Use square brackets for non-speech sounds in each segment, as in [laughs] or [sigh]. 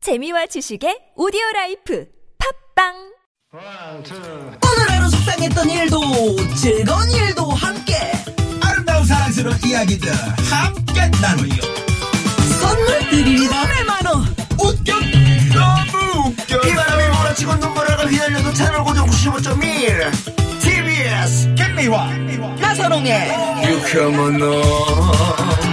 재미와 지식의 오디오 라이프 팝빵 오늘 하루 속상했던 일도 즐거운 일도 함께 아름다운 사랑스러운 이야기들 함께 나누요. 선물 드립니다 100만원 웃겨 너무 웃겨 이 바람이 몰아치고 눈물을 휘날려도 채널 고정 95.1 TBS 김미화 나선홍의 유쾌한 너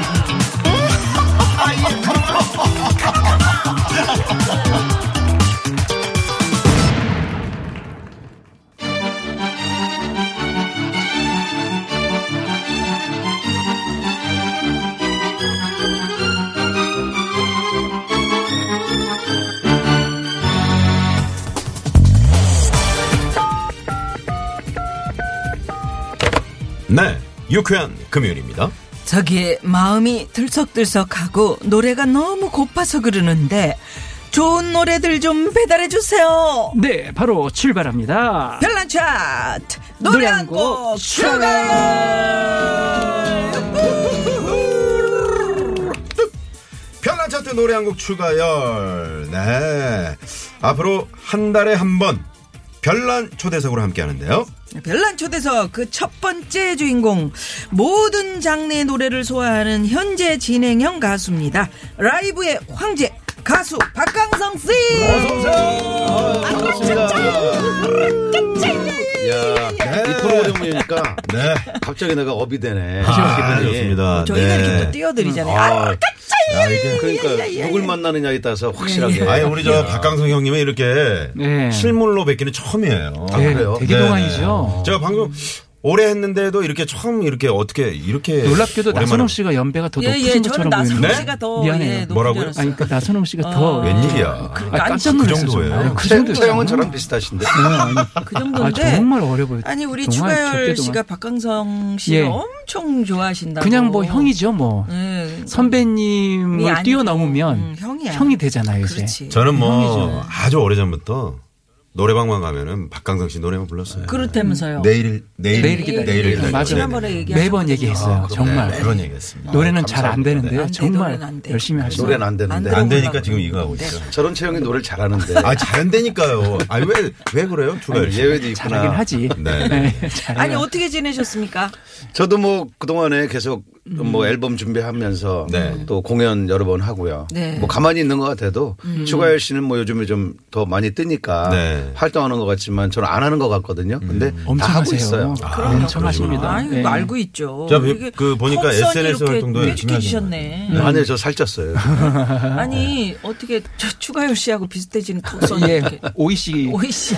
네, 유쾌한 금요일입니다. 저기 마음이 들썩들썩하고 노래가 너무 고파서 그러는데 좋은 노래들 좀 배달해주세요 네, 바로 출발합니다. 별난 차트 노래 한 곡 추가요 편한 차트 노래 한 곡 추가열. 네. 앞으로 한 달에 한 번 별난 초대석으로 함께 하는데요. 별난 초대석 그 첫 번째 주인공 모든 장르의 노래를 소화하는 현재 진행형 가수입니다. 라이브의 황제 가수 박강성 씨. 반갑습니다. 이 프로그램 보니까 네. 갑자기 내가 업이 되네. 예. 아, 기분이. 좋습니다. 예. 어, 저희가 네. 이렇게 또 뛰어드리잖아요. 아, 예, 아, 야, 이게. 그러니까 누굴 만나느냐에 따라서 확실하게. 예, 아예 우리 저 박강성 형님은 이렇게 네. 실물로 뵙기는 처음이에요. 네, 그래요? 되게 네네. 동안이죠. 제가 방금 오래 했는데도 이렇게 처음 이렇게 어떻게 이렇게 놀랍게도 네. 오랜만에- 나선홍 씨가 연배가 더 예, 높으신 예, 저는 것처럼 나선홍 보이는데. 씨가 더 미안해요. 예, 높은 뭐라고요? 줄 알았어요. 아니, 그 나선홍 씨가 더 웬일이야. 아, 깜짝 그 놀랐어요. 정도예요? 정말. 그 정도. 음. 최영은 저랑 비슷하신데. 그 아, 정도인데. 정말 어려 보였. 아니 우리 정말 추가열 적게 동안. 씨가 박강성 씨를 예. 엄청 좋아하신다고. 그냥 뭐 형이죠, 뭐. 어. 음. 이 선배님을 아니고, 뛰어넘으면 음, 형이야. 형이 되잖아요, 이제. 그렇지. 저는 뭐 형이죠. 아주 오래전부터 노래방만 가면은 박강성 씨 노래만 불렀어요. 그렇다면서요. 내일 내일 내일 기다려. 내일 기다려. 맞아요. 지난번에 네네. 얘기하셨 매번 얘기했어요, 정말. 네, 매번 얘기했습니다. 노래는 잘 안 되는데요. 안 돼, 정말 노래는 안 돼. 열심히 하시죠. 노래는 안 되는데. 안 안 되니까 지금 이거 하고 있죠. 저런 채영이 노래를 잘하는데. 아, 잘 안 되니까요. 아니 왜왜 그래요? 주가 예외도 있구나. 잘하긴 하지. 네, 잘해요. 아니 어떻게 지내셨습니까? 저도 뭐 그동안에 계속 음. 뭐 앨범 준비하면서 네. 또 공연 여러 번 하고요. 네. 뭐 가만히 있는 것 같아도 음. 추가열 씨는 뭐 요즘에 좀 더 많이 뜨니까 네. 음. 활동하는 것 같지만 저는 안 하는 것 같거든요. 근데 엄청 다 하고 하세요. 있어요. 아, 그럼요. 엄청 하십니다. 아니 네. 이거 알고 있죠. 자, 그- 이게 그 보니까 컵선이 SNS 이렇게 네, 활동도 열심히 뾰족해지셨네. 아니요, 저 살쪘어요. 음. 네. 아니 어떻게 저 추가열 씨하고 비슷해지는 턱선이 예, 이렇게. 오이 씨. 오이 씨.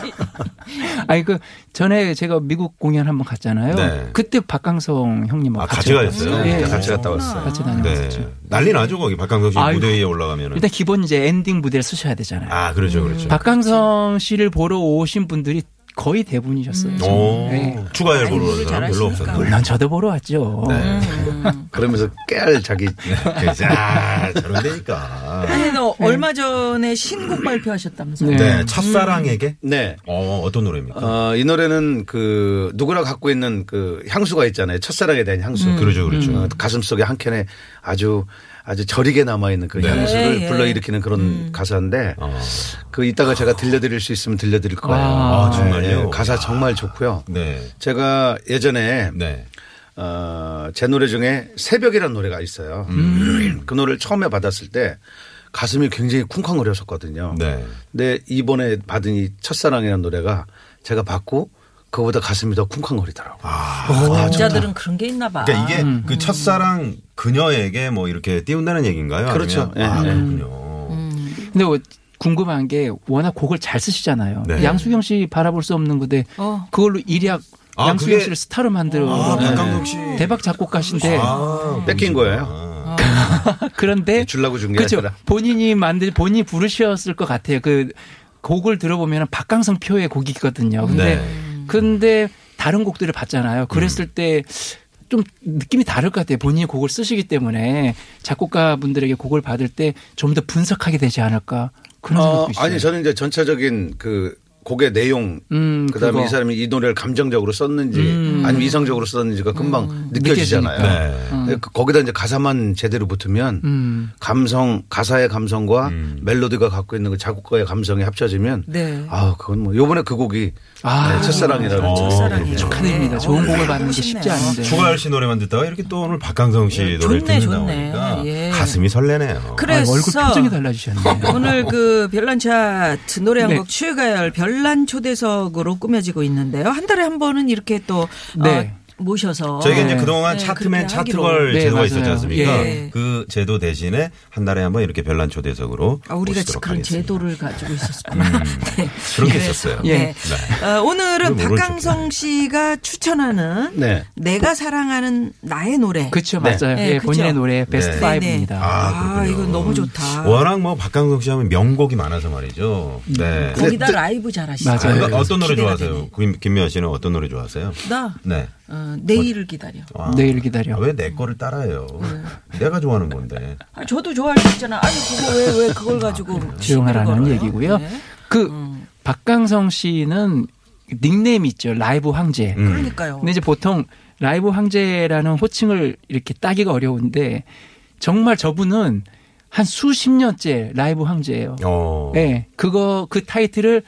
아니 그 전에 제가 미국 공연 한번 갔잖아요. 네. 그때 박강성 형님하고 뭐 아, 같이 가셨어요? 네. 같이 갔다 왔어요. 같이 네. 다녀왔었죠. 난리 나죠 거기 박강성 씨 아이고. 무대 위에 올라가면은. 일단 기본 이제 엔딩 무대를 쓰셔야 되잖아요. 아, 그렇죠, 그렇죠. 박강성 씨를 보러 오신 분들이 거의 대부분이셨어요. 음. 오, 네. 추가열 아니, 보러 온 사람 별로 잘하시니까. 없었네. 물론 저도 보러 왔죠. 네. 음. 그러면서 깨알 자기 그래서 아, 저런 데니까. 아니 너 얼마 전에 신곡 발표하셨다면서요? 네. 네, 첫사랑에게. 네. 어, 어떤 노래입니까? 어, 이 노래는 그 누구나 갖고 있는 그 향수가 있잖아요. 첫사랑에 대한 향수. 그러죠, 그렇죠. 어, 가슴 속에 한 켠에 아주 아주 저리게 남아 있는 네. 그 향수를 예, 예. 불러일으키는 그런 가사인데 아. 그 이따가 제가 들려드릴 수 있으면 들려드릴 거예요. 아, 정말요? 예, 가사 정말 좋고요. 네. 제가 예전에 네. 어, 제 노래 중에 새벽이라는 노래가 있어요. 음. 그 노래를 처음에 받았을 때 가슴이 굉장히 쿵쾅거렸었거든요. 네. 근데 이번에 받은 이 첫사랑이라는 노래가 제가 받고 그거보다 가슴이 더 쿵쾅거리더라고요. 남자들은 그런 게 있나 봐. 아, 그러니까 이게 그 첫사랑 그녀에게 뭐 이렇게 띄운다는 얘기인가요? 그렇죠. 아니면- 아, 예, 예. 그렇군요. 근데 뭐 궁금한 게 워낙 곡을 잘 쓰시잖아요. 네. 양수경 씨 바라볼 수 없는 무대 어. 그걸로 일약 아, 양수경 그게- 씨를 스타로 만들어 아, 놓은 박강성 씨. 대박 작곡가신데 아, 네, 뺏긴 거예요. 아, 그런데 주려고 음. 준게 네. 그죠 아니라. 본인이 만들 본인이 부르셨을 것 같아요. 그 곡을 들어보면 박강성 표의 곡이거든요. 네. 근데 음. 근데 다른 곡들을 봤잖아요. 그랬을 때 좀 느낌이 다를 것 같아요. 본인이 곡을 쓰시기 때문에 작곡가분들에게 곡을 받을 때 좀 더 분석하게 되지 않을까 그런 어, 생각도 있어요. 아니 저는 이제 전체적인 그 곡의 내용 음, 그다음에 그거. 음. 이 사람이 이 노래를 감정적으로 썼는지 아니면 이성적으로 썼는지가 금방 느껴지잖아요. 네. 근데 그- 거기다 이제 가사만 제대로 붙으면 음. 감성 가사의 감성과 멜로디가 갖고 있는 그 작곡가의 감성이 합쳐지면 네. 아 그건 뭐 요번에 그 곡이 아. 네, 첫사랑이라는 어, 첫사랑이요. 축하드립니다. 네. 좋은 어, 곡을 받는 게 멋있네요. 쉽지 않은데. 추가열 씨 노래만 듣다가 이렇게 또 오늘 박강성 씨 예, 노래를 좋네, 듣는다 좋네. 보니까 예. 가슴이 설레네요. 아, 그래서 얼굴 표정이 달라지셨네요. [laughs] 오늘 그 별난 차트 노래 네. 한곡 추가열 별난 초대석으로 꾸며지고 있는데요. 한 달에 한 번은 이렇게 또 네. 어, 모셔서 저희가 이제 네. 그동안 네, 차트맨 그렇게 하기로. 차트걸 네, 제도가 맞아요. 있었지 않습니까? 예. 그 제도 대신에 한 달에 한번 이렇게 별난 초대석으로 아, 우리가 모시도록 그런 하겠습니다. 음, 제도를 가지고 있었구나. [laughs] 네. 그런 게 있었어요. 예. 네. 어, 오늘은 그걸 모르죠. 박강성 씨가 추천하는 네. 내가 사랑하는 나의 노래. 그쵸, 네. 맞아요. 네, 예, 본인의 그쵸. 노래 베스트 네. 파이브입니다 아, 아, 그렇군요. 이거 너무 좋다. 워낙 뭐 박강성 씨 하면 명곡이 많아서 말이죠. 네. 거기다 라이브 잘하시죠. 맞아요. 어, 어떤 노래 기대가 좋아하세요? 되네. 김, 김미아 씨는 어떤 노래 좋아하세요? 나 네. 어, 내일을 기다려. 와. 내일 기다려. 아, 왜내 거를 따라해요? 네. 내가 좋아하는 건데. 아, 저도 좋아할 수 있잖아. 아니 그거 왜 왜 그걸 가지고 조용하라는 시비를 걸어요? 얘기고요. 네. 그 박강성 씨는 닉네임이 있죠. 라이브 황제. 음. 그러니까요. 근데 이제 보통 라이브 황제라는 호칭을 이렇게 따기가 어려운데 정말 저분은 한 수십 년째 라이브 황제예요. 어. 네, 그거 그 타이틀을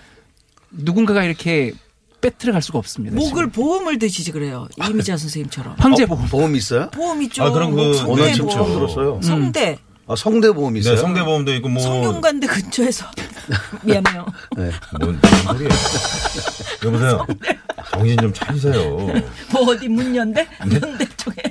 누군가가 이렇게 빼트려 갈 수가 없습니다. 목을 보험을 드시지 그래요. 이미자 선생님처럼. 황제 어, 보험. 네, 보험이 있어요? 보험이 죠 아, 그럼 그 오늘 성대 지금 보험. 처음 들었어요. 성대, 아, 성대 보험이 있어요? 네, 성대보험도 있고 뭐. 성균관대 근처에서 [laughs] 미안해요. 네. 뭔, 뭔 소리예요? 여보세요. 정신 좀 차리세요. 뭐 어디 문연대? 문대 쪽에.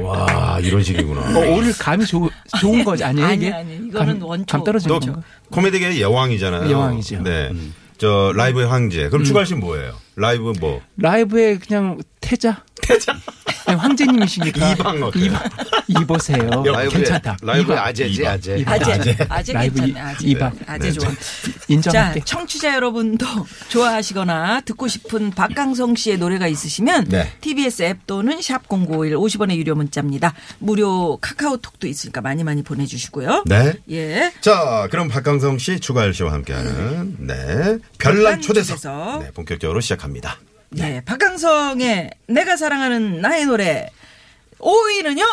와 이런 식이구나. 어, 오늘 감이 좋, 좋은 거지 아니에요? 아니, 이게? 아니, 이거는 감, 원초, 감 떨어지는 또 건가? 코미디계의 여왕이잖아요. 그렇죠. 여왕이죠. 네. 저 라이브의 황제. 그럼 추가할 씨는 뭐예요? 라이브 뭐? 라이브에 그냥 태자. 태자. 그러니까 [laughs] 황제님이시니까. 이방 어때요? 네, 이, 보세요 라이브의- 괜찮다. 네, 라이브의 이방. 아재지, 이방. 아재. 아재, 아재 라이브 괜찮네. 아재, 이- 이방. 아재 좋아. 자, 인정할게. 청취자 여러분도 [laughs] 좋아하시거나 듣고 싶은 박강성 씨의 노래가 있으시면 네. TBS 앱 또는 샵0951 50원의 유료 문자입니다. 무료 카카오톡도 있으니까 많이 많이 보내주시고요. 네. 예. 자, 그럼 박강성 씨, 추가열 씨와 함께하는 네 별난 초대석. 초대석 네, 본격적으로 시작합니다. 예. 박강성의 내가 사랑하는 나의 노래 5위는요?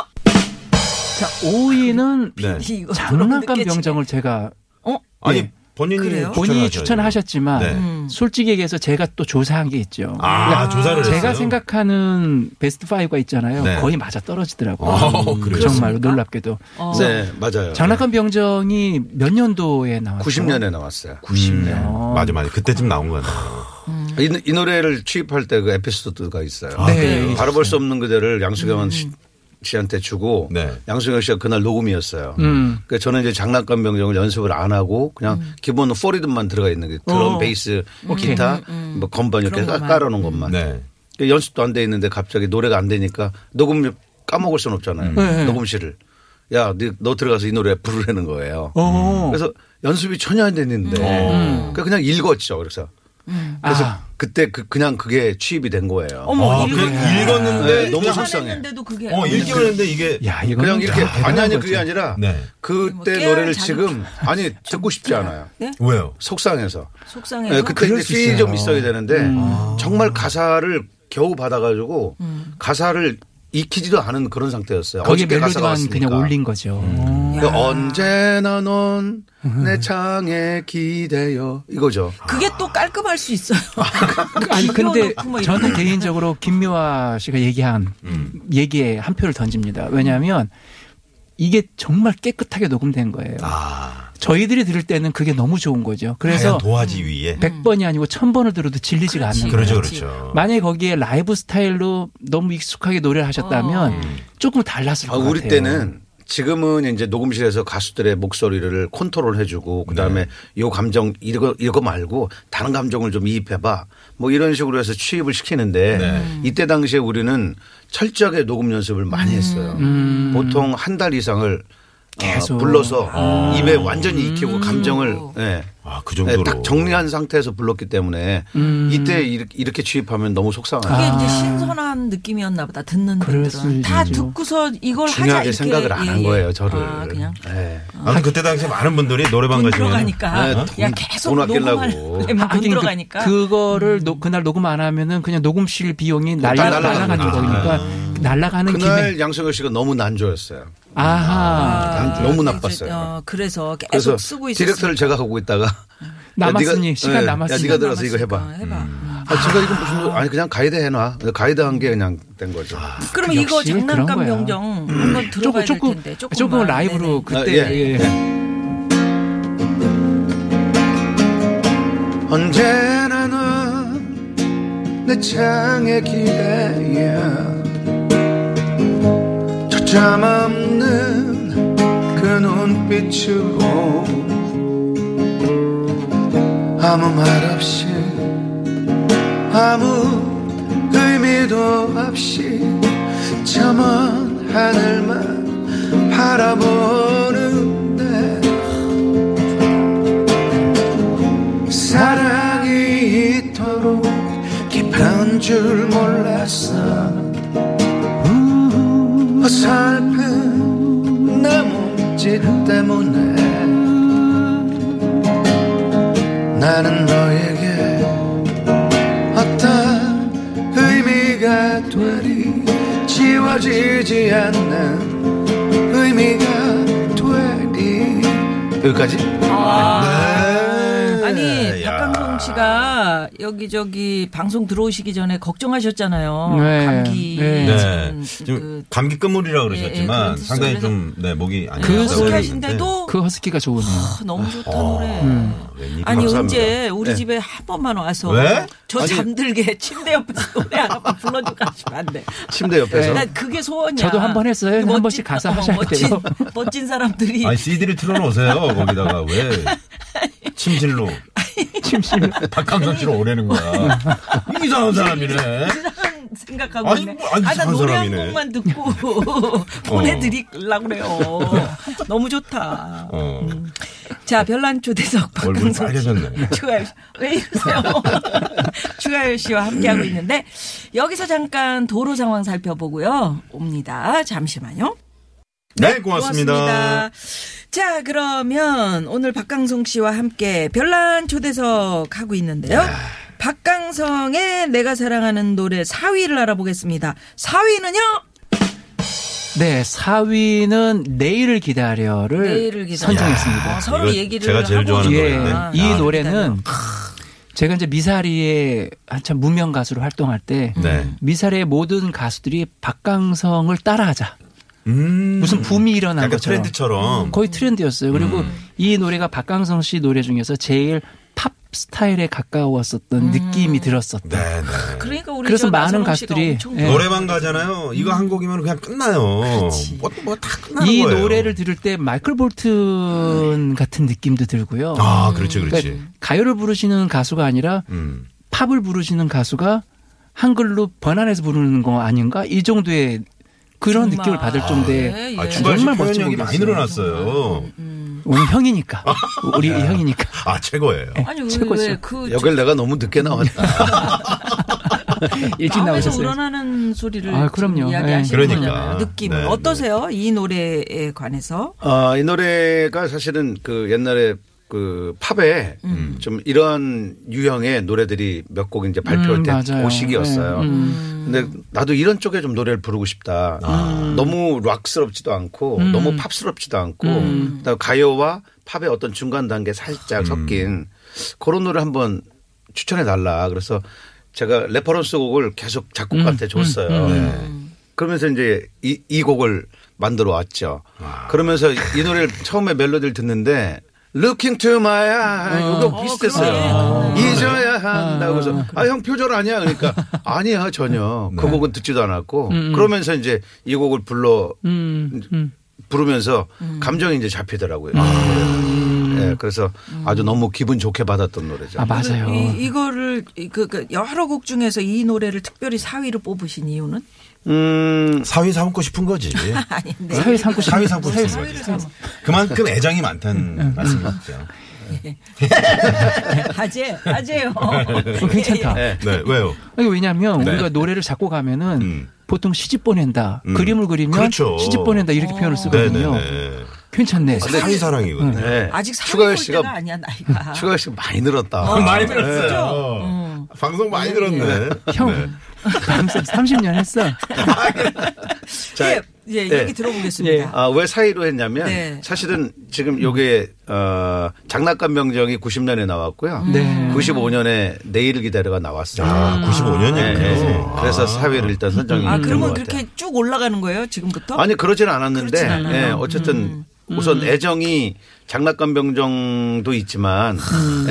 자, 5위는 네. 이거 장난감 들어보니까 병정을 제가 어? 아니 네. 본인이 그래요? 본인이 추천하셔야죠. 추천하셨지만 네. 음. 솔직히 얘기해서 제가 또 조사한 게 있죠. 그러니까 아, 조사를 했어요. 제가 생각하는 베스트 5가 있잖아요. 네. 거의 맞아 떨어지더라고요. 어, 그래요? 정말로 놀랍게도. 어. 네, 맞아요. 어. 장난감 병정이 몇 년도에 나왔죠? 90년에 나왔어요. 90년. 네. 맞아 맞아. 그때쯤 나온 거 같네요. 이, 이 노래를 취입할 때 그 에피소드가 있어요. 음. 네, 그래요? 음. 바로 볼 수 없는 그대를 양수경 씨- 씨한테 주고 네. 양수경 씨가 그날 녹음이었어요. 음. 그러니까 저는 이제 장난감 병정을 연습을 안 하고 그냥 기본 4리듬만 들어가 있는 게 드럼, 어. 베이스, 오케이. 음, 기타, 뭐 건반 이렇게 그런 깔- 것만. 깔아놓은 것만. 네. 그러니까 연습도 안 돼 있는데 갑자기 노래가 안 되니까 녹음 까먹을 순 없잖아요. 네. 녹음실을. 야, 네- 너 들어가서 이 노래 부르라는 거예요. 어. 음. 그래서 연습이 전혀 안 됐는데 그러니까 그냥 읽었죠. 그래서 그래서 아. 그때 그, 그냥 그게 취입이 된 거예요. 어머, 아, 읽 그냥 읽었는데 네, 너무 속상해. 했는데도 그게 어 읽기만 했는데 이게 야, 이거 그냥 이렇게 아니 아니 그게 아니라 네. 뭐 그때 깨알 노래를 자극. 지금 아니 듣고 싶지 않아요. 네? 왜요? 속상해서. 속상해서 네, 그때 그럴 이제 수 필이 있어요. 음. 좀 있어야 되는데 아. 정말 가사를 겨우 받아가지고 가사를 익히지도 않은 그런 상태였어요. 음. 거기 어저께 가사가 멜로디만 왔으니까. 그냥 올린 거죠. 음. 그러니까 언제나 넌 내 창에 기대요 이거죠. 그게 또 깔끔할 수 있어요. [laughs] 아니 근데 비워놓고 뭐 저는 이렇게. 개인적으로 김미화 씨가 얘기한 음. 얘기에 한 표를 던집니다. 왜냐하면 이게 정말 깨끗하게 녹음된 거예요. 아 저희들이 들을 때는 그게 너무 좋은 거죠. 하얀 그래서 도화지 위에. 100번이 아니고 1000번을 들어도 질리지가 네, 않는 거예요. 그렇죠 음. 그렇지. 그렇죠. 만약에 거기에 라이브 스타일로 너무 익숙하게 노래를 하셨다면 어. 조금 달랐을 아, 것 우리 같아요. 때는 지금은 이제 녹음실에서 가수들의 목소리를 컨트롤 해주고 그다음에 네. 요 감정 이거 이거 말고 다른 감정을 좀 이입해봐 뭐 이런 식으로 해서 취입을 시키는데 네. 이때 당시에 우리는 철저하게 녹음 연습을 많이 했어요 보통 한 달 이상을 음. 계속. 아. 어, 불러서 입에 완전히 익히고 감정을 음. 예. 아, 그 예, 정도로. 딱 정리한 상태에서 불렀기 때문에 음. 이때 이렇게, 이렇게 취입하면 너무 속상하죠. 그게 이제 신선한 느낌이었나 보다 듣는 아. 그럴 분들은 다 수도 있죠. 듣고서 이걸 하자 중요하게 이렇게 생각을 안 한 예, 예. 거예요, 저를. 아, 그냥 예. 아무튼 그때 당시 많은 분들이 노래방 돈 가시면 들어가니까 네, 야 돈- 계속 돈 아끼려고. 녹음하려면 뭐 돈 하긴 들어가니까 그, 거를 그날 녹음 안 하면은 그냥 녹음실 비용이 날라, 어, 날라가는 날라가는 거구나. 아. 거니까 날라가는 그날 김에 양성혁 씨가 너무 난조였어요. 아하 난- 너무 이제, 나빴어요. 어, 그래서 계속 그래서 쓰고 음. 있었어. 디렉터를 제가 하고 있다가 야, 남았으니 네가- 시간 예, 남았으니 야, 네가 들어서 이거 해봐. 어, 해봐. 아, 제가 이거 무슨 아니 그냥 가이드 해놔. 가이드 한 게 그냥 된 거죠. 그러면 이거 역시 그런 장난감 거야. 음. 명정 한번 들어봐야 조금 될 조금 텐데 조금만. 조금 라이브로 아, 그때 예. 예. 언제나 넌내 창의 기대야 초점 없는 그 눈빛으로 아무 말 없이 아무 의미도 없이 저먼 하늘만 바라보는데 사랑이 이토록 깊은 줄 몰랐어 어설픈 내 몸짓 때문에 나는 너에게 어떤 의미가 되리 지워지지 않는 의미가 되리 여기까지? 아니 야. 박강성 씨가 여기 저기 방송 들어오시기 전에 걱정하셨잖아요. 네. 감기 네. 네. 지금 지금 감기 끝물이라 예, 예, 그러셨지만 그런 상당히 수준에서- 좀 네, 목이 안 그 좋다고 소리 그러는데. 하신데도 그 허스키가 좋으네요. 아, 너무 좋다 노래. 아, 웬일이야. 아니 감사합니다. 언제 우리 집에 한 번만 와서 네. 왜? 저 잠들게 [laughs] 침대 옆에서 노래 하나만 불러주고 가시면 안 돼. 침대 어. 옆에서 난 그게 소원이야. 저도 한번 했어요. 그 한 번씩 가서 하셔야 멋진, 돼요. [laughs] 멋진 사람들이 아니 CD를 틀어놓으세요 거기다가 왜 침실로 침실 박강선 씨를 오래는 거야 이상한 사람이네 이상한 생각하고 아니, 있네. 뭐, 아니, 아, 나 이상한 노래 한 사람이네. 곡만 [laughs] 듣고 보내드리려고 그래요. 너무 좋다. 어 자, 별난 초대석 얼굴 박근성 씨. 빨개졌네 [laughs] 주가열 씨. 왜 이러세요? [laughs] 주가열 씨와 함께하고 있는데 여기서 잠깐 도로 상황 살펴보고요. 옵니다. 잠시만요. 네 고맙습니다 고맙습니다. 자, 그러면 오늘 박강성 씨와 함께 별난 초대석 하고 있는데요. 박강성의 내가 사랑하는 노래 4위를 알아보겠습니다. 4위는요? 네, 4위는 내일을 기다려를 선정했습니다. 어, 서로 이거 얘기를 제가 제일 하고 좋아하는 예, 노래인데. 있구나. 이 아, 노래는 제가 이제 미사리에 한참 무명 가수로 활동할 때 네. 미사리의 모든 가수들이 박강성을 따라하자. 음 무슨 붐이 일어난 약간 것처럼 음. 트렌드처럼 음. 거의 트렌드였어요. 그리고 이 노래가 박강성 씨 노래 중에서 제일 팝 스타일에 가까웠었던 느낌이 들었었다. 네네 그러니까 우리 그래서 저 많은 나선홍 씨가 가수들이, 엄청 예. 좋아해요. 노래방 가잖아요 이거 한 곡이면 그냥 끝나요 뭐다 끝나는 이 거예요 노래를 들을 때 마이클 볼튼 같은 느낌도 들고요. 아 그렇지 그렇지 그러니까 가요를 부르시는 가수가 아니라 음 팝을 부르시는 가수가 한글로 번안해서 부르는 거 아닌가? 이 정도의 그런 정말. 느낌을 받을 정도의 예, 예. 아, 주관 씨 정말 멋진 표현력이 많이 곡이었어요. 늘어났어요 우리 형이니까 우리 형이니까 아 최고예요 아니 최고죠. 왜그 여길 내가 너무 늦게 나왔다. 일찍 마음에서 나오셨어요. 우러나는 소리를 아, 그럼요. 이야기하시는 예. 그러니까. 거잖아요. 느낌 네, 네. 어떠세요? 이 노래에 관해서 아, 이 노래가 사실은 그 옛날에 그 팝에 음. 좀 이런 유형의 노래들이 몇 곡 이제 발표할 음, 때그 맞아요. 오시기였어요. 네. 근데 나도 이런 쪽에 좀 노래를 부르고 싶다. 너무 락스럽지도 않고 음. 너무 팝스럽지도 않고 그다음에 가요와 팝의 어떤 중간 단계 살짝 섞인 그런 노래 한번 추천해 달라. 그래서 제가 레퍼런스 곡을 계속 작곡가한테 음. 줬어요. 네. 그러면서 이제 이, 이 곡을 만들어 왔죠. 그러면서 이 노래를 처음에 멜로디를 듣는데 Looking to my eye 이거 비슷했어요. 잊어야 한다고 해서 아 형 표절 아니야 그러니까 아니야 전혀 그 곡은 듣지도 않았고 그러면서 이제 이 곡을 불러 부르면서 감정이 이제 잡히더라고요. 예, 그래서 아주 너무 기분 좋게 받았던 노래죠. 아 맞아요. [laughs] 이, 이거를 그, 그 여러 곡 중에서 이 노래를 특별히 4위로 뽑으신 이유는 음, 사위 삼고 싶은 거지. 아닌데. 사회 삼고 싶은 사위 삼고 싶은 거지. 그만큼 애정이 많다는 말씀이죠. 아재, 아재요. 어, 괜찮다. 예. 네, 왜요? 아니, 왜냐하면 네. 우리가 노래를 잡고 가면은 음. 보통 시집 보낸다, 음. 그림을 그리면 그렇죠. 시집 보낸다 이렇게 표현을 쓰거든요. 아, 네네네. 괜찮네. 사위 사랑이거든요. 네. 예. 아직 사회 추가열 볼 때가 씨가 아니야 나이가. 어, [laughs] 그렇죠? 추가열 씨가 많이 늘었다. 많이 네. 들었어요. 음. 음. 방송 많이 들었네. 형, [laughs] 네. 방송 30년 했어. 자, 예, 예, 예. 얘기 들어보겠습니다. 아, 왜 사이로 했냐면 네. 사실은 지금 요게 어, 장난감 명정이 90년에 나왔고요. 음. 네. 95년에 내일을 기다려가 나왔어요. 아, 95년이군요. 네, 네. 그래서 사회를 일단 선정이 아, 있는 그러면 것 그렇게 같아요. 쭉 올라가는 거예요 지금부터? 아니 그러진 않았는데 그렇진 않아요. 음. 예, 어쨌든 우선 애정이 장난감 병정도 있지만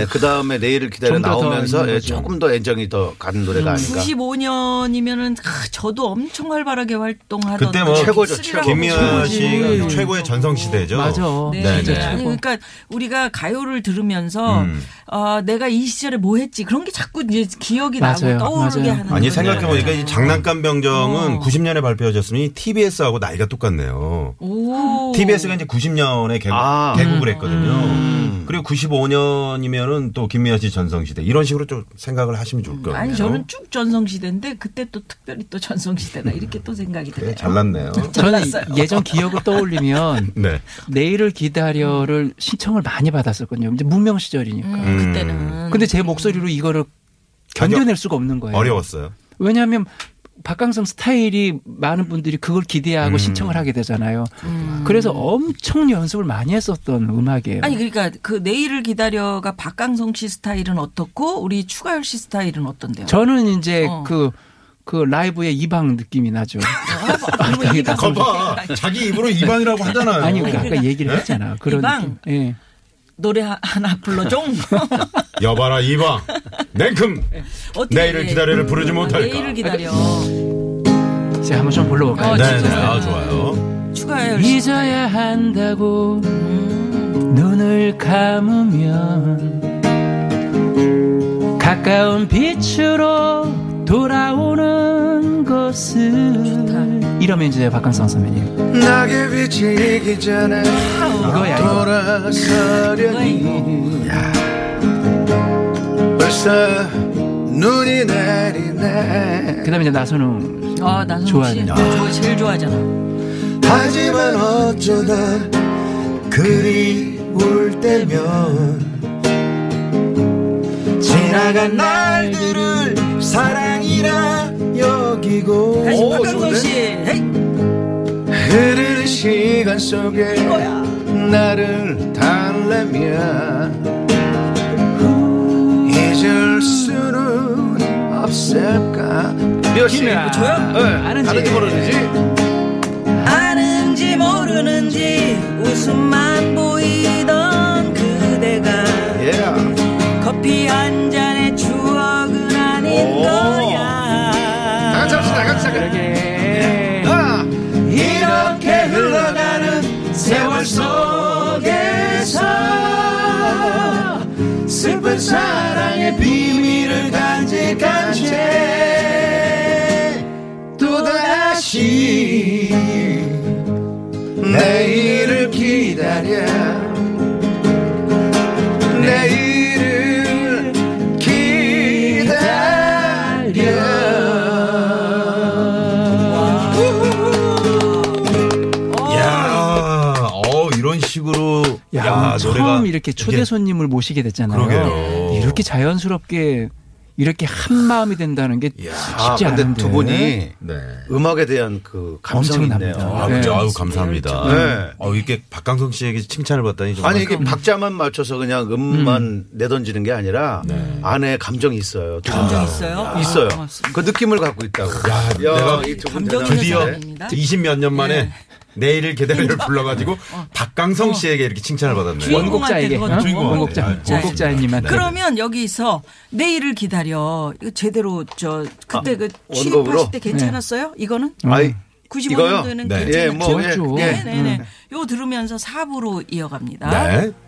그 다음에 내일을 기다려 좀더더 나오면서 있는 예, 거죠. 조금 더 애정이 더 가는 노래가 아닌가. 95년이면은 저도 엄청 활발하게 활동하던 그때 뭐 그 최고죠, 빅스리라고 최고. 김미아 부르는 씨가 친구들도 최고의 있고. 전성 시대죠. 맞아. 네, 네, 진짜 네. 아니 그러니까 우리가 가요를 들으면서 음. 아, 내가 이 시절에 뭐 했지 그런 게 자꾸 이제 기억이 나고 맞아요, 떠오르게 맞아요. 하는 아니 거잖아요. 생각해보니까 이 장난감 어. 병정은 90년에 발표하셨으니 TBS하고 나이가 똑같네요. 오. TBS가 이제 90년에 개국, 아. 음. 개국을 했거든요. 그리고 95년이면은 또 김미아 씨 전성시대 이런 식으로 좀 생각을 하시면 음. 좋을 것 같아요. 아니 저는 쭉 전성시대인데 그때 또 특별히 또 전성시대다 이렇게 또 생각이 네, 드네요. 잘났네요. 저는 몰랐어요. 예전 기억을 떠올리면 네. 그러니까. 내일을 음. 기다려를 신청을 많이 받았었거든요. 이제 무명 시절이니까. 음, 그때는 근데 제 목소리로 이거를 견뎌낼 수가 없는 거예요. 어려웠어요. 왜냐하면 박강성 스타일이 많은 분들이 그걸 기대하고 음. 신청을 하게 되잖아요. 그래서 엄청 연습을 많이 했었던 음악이에요. 음. 아니 그러니까 그 내일을 기다려가 박강성 씨 스타일은 어떻고 우리 추가열 씨 스타일은 어떤데요? 저는 이제 어. 그, 그 라이브의 이방 [laughs] 느낌이 나죠. 아, 뭐 아, 거봐 자기 입으로 이방이라고 하잖아요. 아니, 그 아까 얘기를 했잖아. 그런 이방? 느낌. 예. 노래 하- 하나 불러줘. 뭐. 여봐라 이방 냉큼 네, 어떻게 내일을 기다려를 부르지 못할까. 음, 내일을 기다려. 제가 한번 좀 불러볼까요? 어, 네네 진짜. 아 좋아요. 추가열 씨. 잊어야 한다고 음. 눈을 감으면 가까운 빛으로 돌아오는 것을 이러면 이제 박강성 선배님 낙엽이 지기 전에 아, 이거야 이거 돌아서려니 벌써 눈이 내리네 그 다음에 이제 나선웅 아 나선호 씨. 좋아요. 저 제일 좋아하잖아. 하지만 어쩌다 그리울 때면 지나간 날들을 사랑이라 여기고 다시 오, 박강성 좋은데? 씨. 헤이. 흐르는 시간 속에 나를 달래며 잊을 수는 없을까 몇시 네. 김혜아. 저요? 아는지. 아는지 모르는지 아는지 모르는지 웃음만 보이던 그대가 예 커피 한 잔의 추억은 아닌 오. 거야. 같이 합시다 같이 아, 예. 그러게 합시다 이렇게 흘러가는 세월 속에서 슬픈 사랑의 비밀을 간직한 채 또다시 내일을 기다려 내일을 기다려 야, 어 이런 식으로 야, 오늘 처음 이렇게 초대 손님을 모시게 됐잖아요 그러게요. 이렇게 자연스럽게 이렇게 한 마음이 된다는 게 이야, 쉽지 아, 않은데 근데 두 분이 네. 음악에 대한 그 감성이 엄청납니다. 아, 있네요. 네. 그죠? 아유, 감사합니다. 네. 어, 이렇게 박강성 씨에게 칭찬을 받다니 정말. 아니 이게 박자만 맞춰서 그냥 음만 내던지는 게 아니라 안에 감정이 있어요. 감정 있어요? 아, 있어요. 고맙습니다. 그 느낌을 갖고 있다고. 야, 내가 이두분 감정이 그 드디어 감사합니다. 20몇 년 만에 내일을 기다려를 불러가지고 박강성 씨에게 이렇게 칭찬을 받았네요. 주인공. 원곡자에게 주인공한테 어? 그건 주인공한테. 원곡자 아이고, 원곡자님한테 그러면 여기서 내일을 기다려 이거 제대로 저 그때 그 아, 원곡으로? 네. 취입하실 때 괜찮았어요? 이거는 아이 95년도에는 네, 이거요? 네. 괜찮았죠. 예, 뭐 예, 재밌죠. 예. 네네네. 요 들으면서 4부로 이어갑니다. 네.